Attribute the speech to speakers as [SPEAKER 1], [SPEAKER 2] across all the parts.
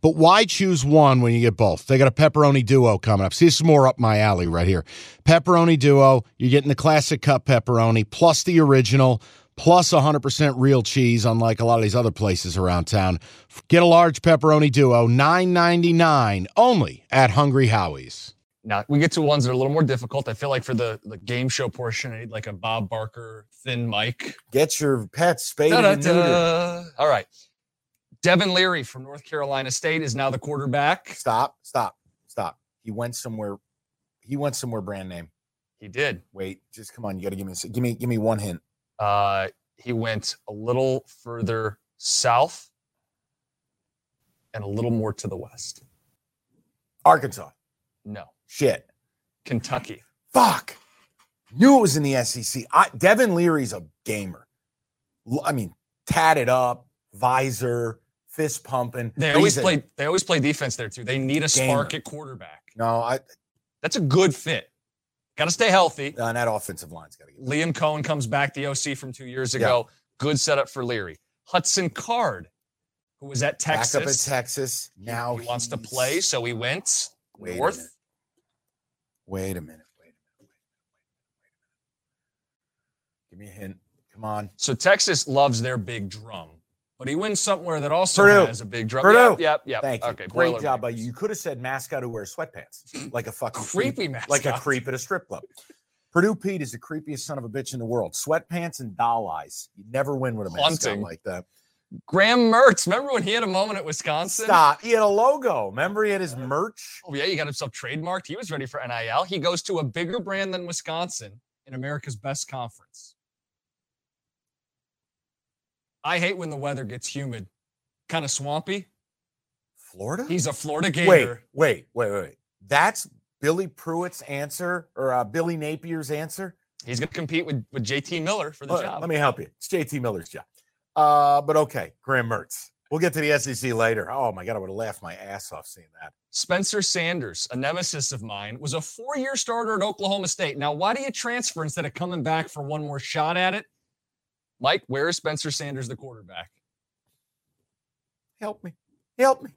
[SPEAKER 1] But why choose one when you get both? They got a pepperoni duo coming up. See, this is more up my alley right here. Pepperoni duo, you're getting the classic cup pepperoni plus the original plus 100% real cheese unlike a lot of these other places around town. Get a large pepperoni duo, 9.99 only at Hungry Howie's.
[SPEAKER 2] Now we get to ones that are a little more difficult. I feel like for the, the game show portion, I need like a Bob Barker thin mic.
[SPEAKER 3] Get your pet spayed and neutered.
[SPEAKER 2] Da-da-da. All right. Devin Leary from North Carolina State is now the quarterback.
[SPEAKER 3] Stop, stop, stop. He went somewhere. He went somewhere brand name.
[SPEAKER 2] He did.
[SPEAKER 3] Wait, just come on. You got to give me, a s- give me, give me one hint.
[SPEAKER 2] Uh, he went a little further south and a little more to the west.
[SPEAKER 3] Arkansas.
[SPEAKER 2] No,
[SPEAKER 3] Shit.
[SPEAKER 2] Kentucky.
[SPEAKER 3] Fuck. Knew it was in the SEC. I, Devin Leary's a gamer. L- I mean, tatted up, visor, fist pumping.
[SPEAKER 2] They
[SPEAKER 3] But
[SPEAKER 2] always
[SPEAKER 3] he's a-
[SPEAKER 2] play. They always play defense there too. They need a spark
[SPEAKER 3] Gamer.
[SPEAKER 2] at quarterback.
[SPEAKER 3] No, I,
[SPEAKER 2] That's a good fit. Got to stay healthy.
[SPEAKER 3] no, that offensive line's got to get.
[SPEAKER 2] Liam Cohen comes back, the OC from two years ago. Good setup for Leary. Hudson Card, who was at Texas,
[SPEAKER 3] Back up at Texas.
[SPEAKER 2] He-
[SPEAKER 3] Now
[SPEAKER 2] he wants to
[SPEAKER 3] he's-
[SPEAKER 2] play, so he went
[SPEAKER 3] Wait a minute.
[SPEAKER 2] north.
[SPEAKER 3] Wait a minute. Wait a minute. Wait a minute. Wait a minute. Give me a hint. Come on.
[SPEAKER 2] So Texas loves their big drum, but he wins somewhere that also
[SPEAKER 3] Purdue.
[SPEAKER 2] has a big drum.
[SPEAKER 3] Purdue.
[SPEAKER 2] Yep, yep, yep.
[SPEAKER 3] Thank you.
[SPEAKER 2] Okay,
[SPEAKER 3] Great
[SPEAKER 2] Boilermakers.
[SPEAKER 3] job by you. You could have said mascot who wears sweatpants, like a fucking creep,
[SPEAKER 2] Creepy mascot.
[SPEAKER 3] like a creep at a strip club. Purdue Pete is the creepiest son of a bitch in the world. Sweatpants and doll eyes. You never win with a mascot
[SPEAKER 2] Haunting.
[SPEAKER 3] like that.
[SPEAKER 2] Graham Mertz. Remember when he had a moment at Wisconsin?
[SPEAKER 3] Stop. He had a logo. Remember, he had his merch.
[SPEAKER 2] Oh yeah, he got himself trademarked. He was ready for NIL. He goes to a bigger brand than Wisconsin in America's best conference. I hate when the weather gets humid, kind of swampy.
[SPEAKER 3] Florida.
[SPEAKER 2] He's a Florida Gator.
[SPEAKER 3] wait, wait, wait, wait. That's Billy Pruitt's answer or uh, Billy Napier's answer.
[SPEAKER 2] He's gonna compete with, with JT Miller for the
[SPEAKER 3] Let-
[SPEAKER 2] job.
[SPEAKER 3] Let me help you. It's JT Miller's job. Uh, but okay, Graham Mertz. We'll get to the SEC later. Oh my God, I would have laughed my ass off seeing that.
[SPEAKER 2] Spencer Sanders, a nemesis of mine, was a four-year starter at Oklahoma State. Now, why do you transfer instead of coming back for one more shot at it? Mike, where is Spencer Sanders the quarterback?
[SPEAKER 3] Help me. Help me.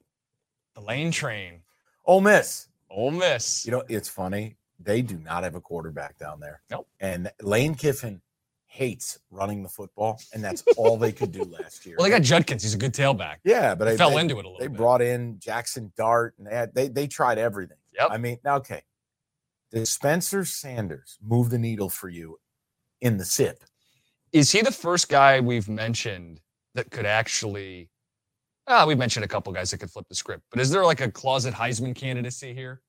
[SPEAKER 2] The lane train.
[SPEAKER 3] Ole Miss.
[SPEAKER 2] Ole Miss.
[SPEAKER 3] You know, it's funny. They do not have a quarterback down there.
[SPEAKER 2] Nope.
[SPEAKER 3] And Lane Kiffin hates running the football, and that's all they could do last year.
[SPEAKER 2] Well, they got Judkins. He's a good tailback.
[SPEAKER 3] yeah, but
[SPEAKER 2] They
[SPEAKER 3] I
[SPEAKER 2] fell
[SPEAKER 3] they,
[SPEAKER 2] into it a little
[SPEAKER 3] they
[SPEAKER 2] bit.
[SPEAKER 3] brought in Jackson Dart, and they had, they they tried everything.
[SPEAKER 2] Yep.
[SPEAKER 3] I mean, now, okay. Did Spencer Sanders move the needle for you in the SIP?
[SPEAKER 2] Is he the first guy we've mentioned that could actually? Ah, we've mentioned a couple guys that could flip the script, but is there like a closet Heisman candidacy here?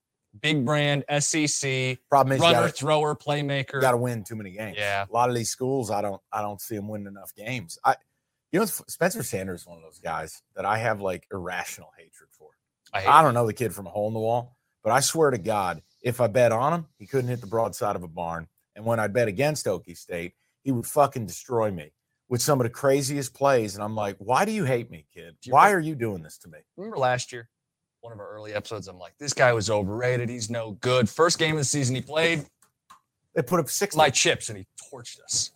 [SPEAKER 2] Big brand, SEC,
[SPEAKER 3] Problem is, you
[SPEAKER 2] runner,
[SPEAKER 3] gotta,
[SPEAKER 2] thrower, playmaker.
[SPEAKER 3] got to win too many games.
[SPEAKER 2] Yeah.
[SPEAKER 3] a lot of these schools, I don't, I don't see them winning enough games. I, you know, Spencer Sanders is one of those guys that I have like irrational hatred for.
[SPEAKER 2] I hate
[SPEAKER 3] I don't know the kid from a hole in the wall, but I swear to God, if I bet on him, he couldn't hit the broadside of a barn. And when I bet against Okie State, he would fucking destroy me with some of the craziest plays. And I'm like, why do you hate me, kid?
[SPEAKER 2] Do you
[SPEAKER 3] Why
[SPEAKER 2] re-
[SPEAKER 3] are you doing this to me?
[SPEAKER 2] remember last year, one of our early episodes, I'm like, this guy was overrated. He's no good. First game of the season he played,
[SPEAKER 3] They put up six.
[SPEAKER 2] my chips, and he torched us.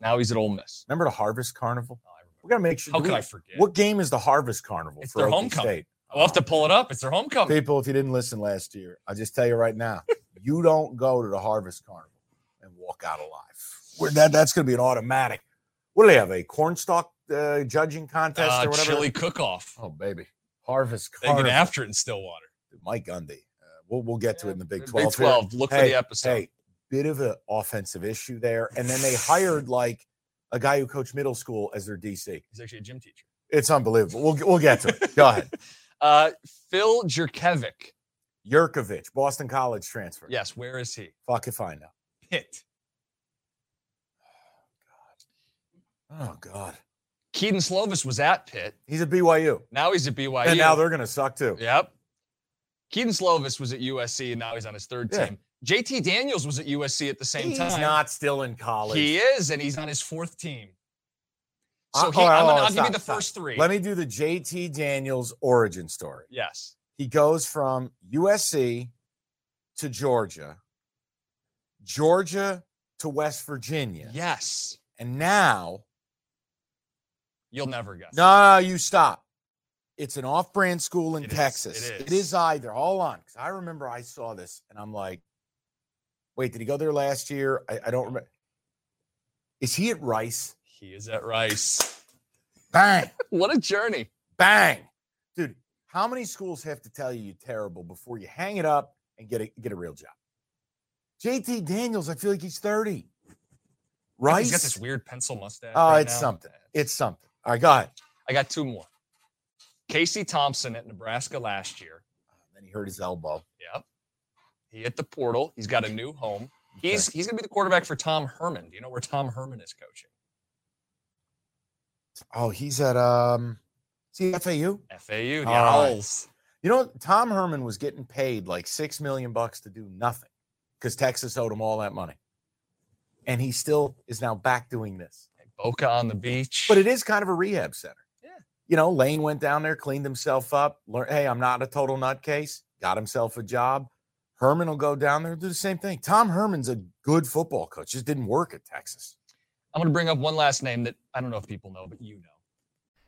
[SPEAKER 2] Now he's at Ole Miss.
[SPEAKER 3] Remember the Harvest Carnival?
[SPEAKER 2] Oh, I remember.
[SPEAKER 3] We gotta make sure.
[SPEAKER 2] How
[SPEAKER 3] we-
[SPEAKER 2] could I forget?
[SPEAKER 3] What game is the Harvest Carnival
[SPEAKER 2] It's
[SPEAKER 3] for
[SPEAKER 2] their
[SPEAKER 3] Okie
[SPEAKER 2] homecoming.
[SPEAKER 3] State?
[SPEAKER 2] I'll have to pull it up. It's their homecoming.
[SPEAKER 3] People, if you didn't listen last year, I just tell you right now, you don't go to the Harvest Carnival and walk out alive. Where that that's going to be an automatic. What do they have? A cornstalk uh, judging contest
[SPEAKER 2] Uh,
[SPEAKER 3] or whatever.
[SPEAKER 2] chili cook-off.
[SPEAKER 3] Oh baby, Harvest
[SPEAKER 2] They get
[SPEAKER 3] Carnival.
[SPEAKER 2] after it in Stillwater.
[SPEAKER 3] Mike Gundy. Uh, we'll we'll get to it in the Big Twelve.
[SPEAKER 2] Big
[SPEAKER 3] here.
[SPEAKER 2] 12. Look for
[SPEAKER 3] Hey,
[SPEAKER 2] the episode.
[SPEAKER 3] Hey, bit of an offensive issue there, and then they hired like a guy who coached middle school as their DC.
[SPEAKER 2] He's actually a gym teacher.
[SPEAKER 3] It's unbelievable. We'll we'll get to it. Go ahead.
[SPEAKER 2] Uh, Phil Jerkovic
[SPEAKER 3] Yurkovich, Boston College transfer.
[SPEAKER 2] Yes, where is he?
[SPEAKER 3] Fuck if I know.
[SPEAKER 2] Pitt.
[SPEAKER 3] Oh God.
[SPEAKER 2] Keaton Slovis was at Pitt.
[SPEAKER 3] He's at BYU.
[SPEAKER 2] Now he's at BYU.
[SPEAKER 3] And now they're gonna suck too.
[SPEAKER 2] Yep. Keaton Slovis was at USC and now he's on his third
[SPEAKER 3] Yeah.
[SPEAKER 2] team. JT Daniels was at USC at the same
[SPEAKER 3] he's
[SPEAKER 2] time.
[SPEAKER 3] not still in college.
[SPEAKER 2] He is, and he's on his fourth team. So
[SPEAKER 3] Uh,
[SPEAKER 2] he,
[SPEAKER 3] hold on,
[SPEAKER 2] I'm
[SPEAKER 3] hold
[SPEAKER 2] gonna,
[SPEAKER 3] on,
[SPEAKER 2] I'll give you
[SPEAKER 3] stop,
[SPEAKER 2] the
[SPEAKER 3] stop.
[SPEAKER 2] first three.
[SPEAKER 3] Let me do the JT Daniels origin story.
[SPEAKER 2] yes.
[SPEAKER 3] He goes from USC to Georgia, Georgia to West Virginia.
[SPEAKER 2] Yes.
[SPEAKER 3] And now,
[SPEAKER 2] You'll never guess.
[SPEAKER 3] no, you stop. It's an off brand school in
[SPEAKER 2] It is,
[SPEAKER 3] Texas.
[SPEAKER 2] it
[SPEAKER 3] It
[SPEAKER 2] is.
[SPEAKER 3] is either. Hold on. 'cause I remember I saw this and I'm like, wait, did he go there last year? I, I don't remember. Is he at Rice?
[SPEAKER 2] He is at Rice.
[SPEAKER 3] Bang.
[SPEAKER 2] What a journey.
[SPEAKER 3] bang, dude. How many schools have to tell you you're terrible before you hang it up and get a get a real job? JT Daniels, I feel like he's thirty. Right?
[SPEAKER 2] He's got this weird pencil mustache.
[SPEAKER 3] Oh,
[SPEAKER 2] right
[SPEAKER 3] it's
[SPEAKER 2] now.
[SPEAKER 3] something. It's something. All right, go ahead.
[SPEAKER 2] I got two more. Casey Thompson at Nebraska last year.
[SPEAKER 3] Then he hurt his elbow.
[SPEAKER 2] Yep. He hit the portal. He's got a new home. He's he's gonna be the quarterback for Tom Herman. Do you know where Tom Herman is coaching?
[SPEAKER 3] oh, he's at um, see FAU.
[SPEAKER 2] FAU, the
[SPEAKER 3] All right.
[SPEAKER 2] Owls.
[SPEAKER 3] You know, Tom Herman was getting paid like six million bucks to do nothing because Texas owed him all that money, and he still is now back doing this.
[SPEAKER 2] Boca on the beach.
[SPEAKER 3] But it is kind of a rehab center.
[SPEAKER 2] Yeah.
[SPEAKER 3] You know, Lane went down there, cleaned himself up, learned, hey, I'm not a total nutcase, got himself a job. Herman will go down there, do the same thing. Tom Herman's a good football coach, just didn't work at Texas.
[SPEAKER 2] I'm gonna bring up one last name that I don't know if people know, but you know.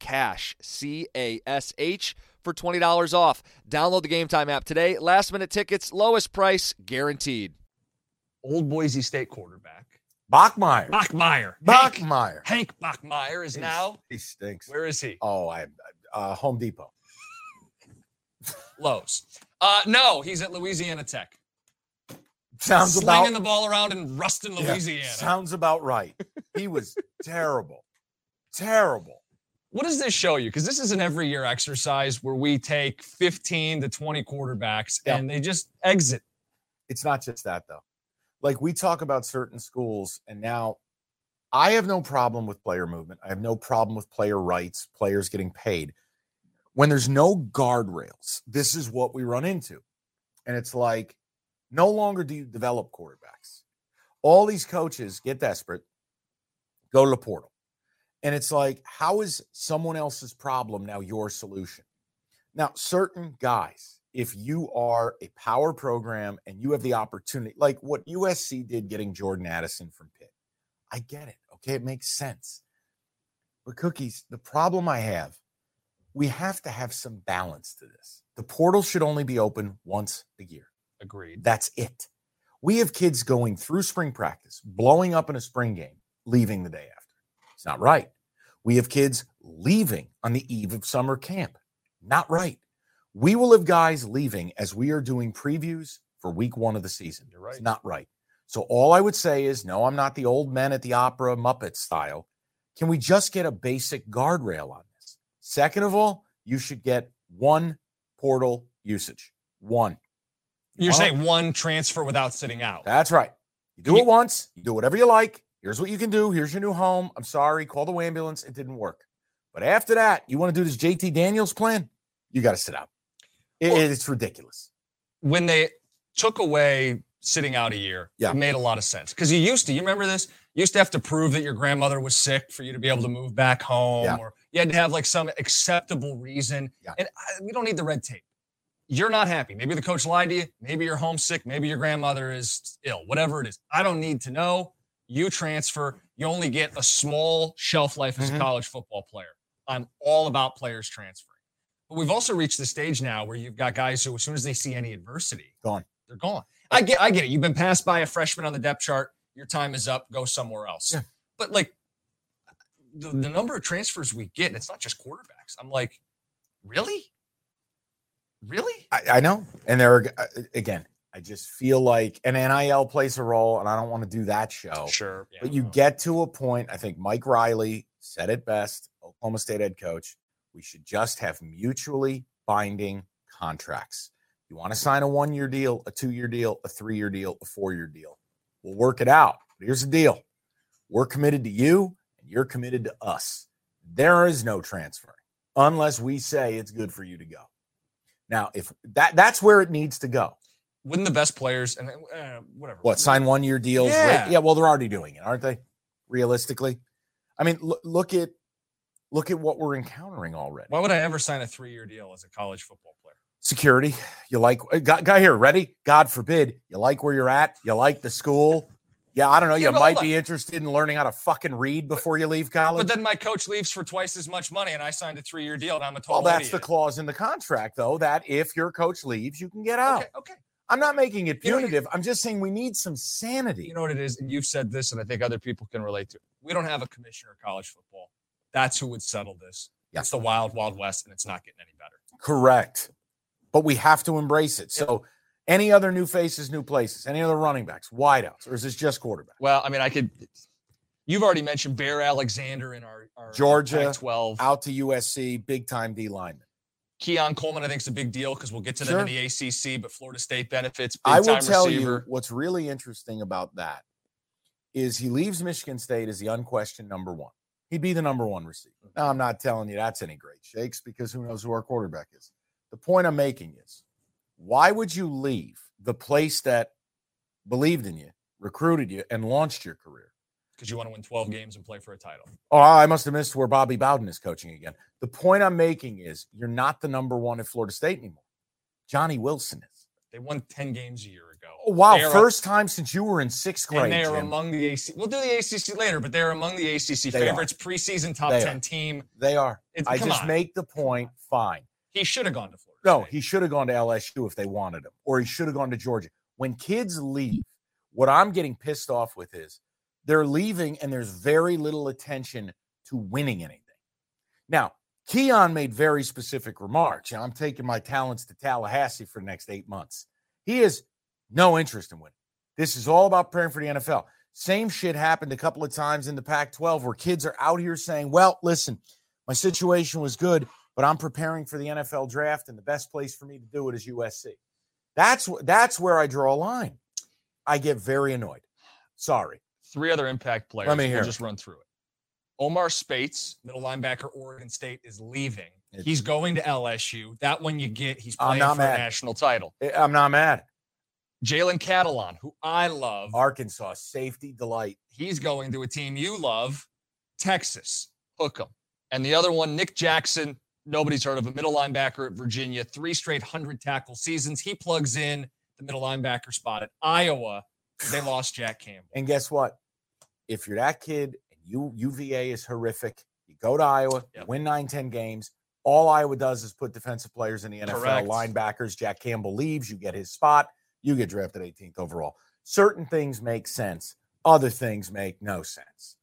[SPEAKER 4] cash c a s h for $20 off download the game time app today last minute tickets lowest price guaranteed
[SPEAKER 2] Old Boise State quarterback.
[SPEAKER 3] Bachmeyer.
[SPEAKER 2] Bachmeyer. Hank,
[SPEAKER 3] Bachmeyer.
[SPEAKER 2] Hank Bachmeyer is now.
[SPEAKER 3] He stinks.
[SPEAKER 2] Where is he?
[SPEAKER 3] Oh, I, uh, Home Depot.
[SPEAKER 2] Lowe's. Uh, no, he's at Louisiana Tech.
[SPEAKER 3] Sounds
[SPEAKER 2] slinging
[SPEAKER 3] about
[SPEAKER 2] the ball around in Ruston,
[SPEAKER 3] yeah,
[SPEAKER 2] Louisiana.
[SPEAKER 3] sounds about right. He was terrible. Terrible.
[SPEAKER 2] what does this show you? Because this is an every year exercise where we take 15 to 20 quarterbacks
[SPEAKER 3] Yeah.
[SPEAKER 2] and they just exit.
[SPEAKER 3] it's not just that though. Like we talk about certain schools, and now I have no problem with player movement. I have no problem with player rights, players getting paid. When there's no guardrails, this is what we run into. And it's like, no longer do you develop quarterbacks. All these coaches get desperate, go to the portal. And it's like, how is someone else's problem now your solution? Now, certain guys, if you are a power program and you have the opportunity, like what USC did getting Jordan Addison from Pitt, I get it. Okay. It makes sense. But, Cookies, the problem I have, we have to have some balance to this. The portal should only be open once a year.
[SPEAKER 2] Agreed.
[SPEAKER 3] That's it. We have kids going through spring practice, blowing up in a spring game, leaving the day after. It's not right. We have kids leaving on the eve of summer camp. Not right. We will have guys leaving as we are doing previews for week one of the season.
[SPEAKER 2] You're right.
[SPEAKER 3] It's not right. So all I would say is no, I'm not the old men at the opera Muppet style. Can we just get a basic guardrail on this? Second of all, you should get one portal usage. One.
[SPEAKER 2] You're
[SPEAKER 3] Well-
[SPEAKER 2] saying one transfer without sitting out.
[SPEAKER 3] That's right. You do
[SPEAKER 2] You-
[SPEAKER 3] it once, you do whatever you like. Here's what you can do. Here's your new home. I'm sorry. Call the ambulance. It didn't work. But after that, you want to do this JT Daniels plan? You got to sit out. It-
[SPEAKER 2] Well-
[SPEAKER 3] it's ridiculous.
[SPEAKER 2] when they took away sitting out a year,
[SPEAKER 3] Yeah.
[SPEAKER 2] it made a lot of sense. Because you used to, you remember this? You used to have to prove that your grandmother was sick for you to be able to move back home,
[SPEAKER 3] Yeah.
[SPEAKER 2] or you had to have like some acceptable reason.
[SPEAKER 3] Yeah.
[SPEAKER 2] And I, we don't need the red tape. You're not happy. Maybe the coach lied to you. Maybe you're homesick. Maybe your grandmother is ill. Whatever it is, I don't need to know. You transfer. You only get a small shelf life as
[SPEAKER 3] Mhm.
[SPEAKER 2] a college football player. I'm all about players transferring. But we've also reached the stage now where you've got guys who, as soon as they see any adversity,
[SPEAKER 3] Gone.
[SPEAKER 2] They're gone. I get, I get it. You've been passed by a freshman on the depth chart. Your time is up. Go somewhere else.
[SPEAKER 3] Yeah.
[SPEAKER 2] But like the, the number of transfers we get, and it's not just quarterbacks. I'm like, really, really?
[SPEAKER 3] I, I know. And there are, again, I just feel like an NIL plays a role, and I don't want to do that show.
[SPEAKER 2] Sure. yeah.
[SPEAKER 3] But you get to a point, I think Mike Riley said it best, Oklahoma State head coach. We should just have mutually binding contracts. You want to sign a one year deal, a two year deal, a three year deal, a four year deal. We'll work it out. But here's the deal we're committed to you, and you're committed to us. There is no transfer unless we say it's good for you to go. Now, if that that's where it needs to go.
[SPEAKER 2] wouldn't the best players and uh, whatever.
[SPEAKER 3] What sign one year deals? ra-
[SPEAKER 2] Yeah.
[SPEAKER 3] yeah. Well, they're already doing it, aren't they? Realistically, I mean, loo- look at look at what we're encountering already.
[SPEAKER 2] Why would I ever sign a three-year deal as a college football player?
[SPEAKER 3] Security, you like uh, guy, guy here? Ready? God forbid you like where you're at. You like the school. Yeah, I don't know.
[SPEAKER 2] Yeah,
[SPEAKER 3] You
[SPEAKER 2] but
[SPEAKER 3] might
[SPEAKER 2] hold
[SPEAKER 3] be interested in learning how to fucking read before you leave college.
[SPEAKER 2] But then my coach leaves for twice as much money, and I signed a three-year deal, and I'm a total.
[SPEAKER 3] well, that's the
[SPEAKER 2] idiot.
[SPEAKER 3] clause in the contract, though, that if your coach leaves, you can get out.
[SPEAKER 2] Okay, okay.
[SPEAKER 3] I'm not making it
[SPEAKER 2] You know what it-
[SPEAKER 3] punitive. I'm just saying we need some sanity.
[SPEAKER 2] You know what it is, and you've said this, and I think other people can relate to. it. We don't have a commissioner of college football. That's who would settle this.
[SPEAKER 3] Yeah.
[SPEAKER 2] It's the wild, wild west, and it's not getting any better.
[SPEAKER 3] Correct. But we have to embrace it. So, any other new faces, new places, any other running backs, wideouts, or is this just quarterback?
[SPEAKER 2] Well, I mean, I could. You've already mentioned Bear Alexander in our, our
[SPEAKER 3] Georgia,
[SPEAKER 2] twelve.
[SPEAKER 3] Out to USC, big time D lineman.
[SPEAKER 2] Keon Coleman, I think, is a big deal because we'll get to them
[SPEAKER 3] Sure.
[SPEAKER 2] in the ACC, but Florida State benefits. Big
[SPEAKER 3] I will
[SPEAKER 2] time
[SPEAKER 3] tell
[SPEAKER 2] receiver.
[SPEAKER 3] you what's really interesting about that is he leaves Michigan State as the unquestioned number one. He'd be the number one receiver.
[SPEAKER 2] Mm-hmm.
[SPEAKER 3] Now, I'm not telling you that's any great shakes because who knows who our quarterback is. The point I'm making is why would you leave the place that believed in you, recruited you, and launched your career?
[SPEAKER 2] because you want to win twelve games and play for a title.
[SPEAKER 3] Oh, I must have missed where Bobby Bowden is coaching again. The point I'm making is you're not the number one at Florida State anymore. Johnny Wilson is.
[SPEAKER 2] They won ten games a year ago.
[SPEAKER 3] Oh, wow.
[SPEAKER 2] They are a-
[SPEAKER 3] First time since you were in sixth grade.
[SPEAKER 2] and they are
[SPEAKER 3] Jim.
[SPEAKER 2] among the ACC. We'll do the ACC later, but they're among the ACC
[SPEAKER 3] They are.
[SPEAKER 2] favorites, preseason top
[SPEAKER 3] They are.
[SPEAKER 2] ten team.
[SPEAKER 3] They are.
[SPEAKER 2] It's,
[SPEAKER 3] I
[SPEAKER 2] come
[SPEAKER 3] just
[SPEAKER 2] on.
[SPEAKER 3] make the point. Fine.
[SPEAKER 2] he should have gone to Florida.
[SPEAKER 3] No,
[SPEAKER 2] State.
[SPEAKER 3] he should have gone to LSU if they wanted him, or he should have gone to Georgia. When kids
[SPEAKER 2] Hmm.
[SPEAKER 3] leave, what I'm getting pissed off with is they're leaving and there's very little attention to winning anything. Now, Keon made very specific remarks. You know, I'm taking my talents to Tallahassee for the next eight months. He has no interest in winning. This is all about praying for the NFL. Same shit happened a couple of times in the Pac 12 where kids are out here saying, well, listen, my situation was good, but I'm preparing for the NFL draft, and the best place for me to do it is USC. That's wh- that's where I draw a line. I get very annoyed. Sorry.
[SPEAKER 2] Three other impact players.
[SPEAKER 3] me hear
[SPEAKER 2] We'll
[SPEAKER 3] it.
[SPEAKER 2] just run through it. Omar Spates, middle linebacker, Oregon State, is leaving.
[SPEAKER 3] It's-
[SPEAKER 2] he's going to LSU. That one you get. He's
[SPEAKER 3] I'm
[SPEAKER 2] playing for
[SPEAKER 3] not
[SPEAKER 2] a
[SPEAKER 3] mad.
[SPEAKER 2] national title.
[SPEAKER 3] I- I'm not mad.
[SPEAKER 2] Jalen Catalon, who I love,
[SPEAKER 3] Arkansas safety delight.
[SPEAKER 2] he's going to a team you love, Texas. Hook 'em. And the other one, Nick Jackson, nobody's heard of a middle linebacker at Virginia, three straight 100 tackle seasons. He plugs in the middle linebacker spot at Iowa. They lost Jack Campbell.
[SPEAKER 3] And guess what? If you're that kid and you UVA is horrific, you go to Iowa, you
[SPEAKER 2] Yep.
[SPEAKER 3] win nine, 10 games. All Iowa does is put defensive players in the NFL
[SPEAKER 2] Correct.
[SPEAKER 3] linebackers. Jack Campbell leaves, you get his spot, you get drafted 18th overall. Certain things make sense, other things make no sense.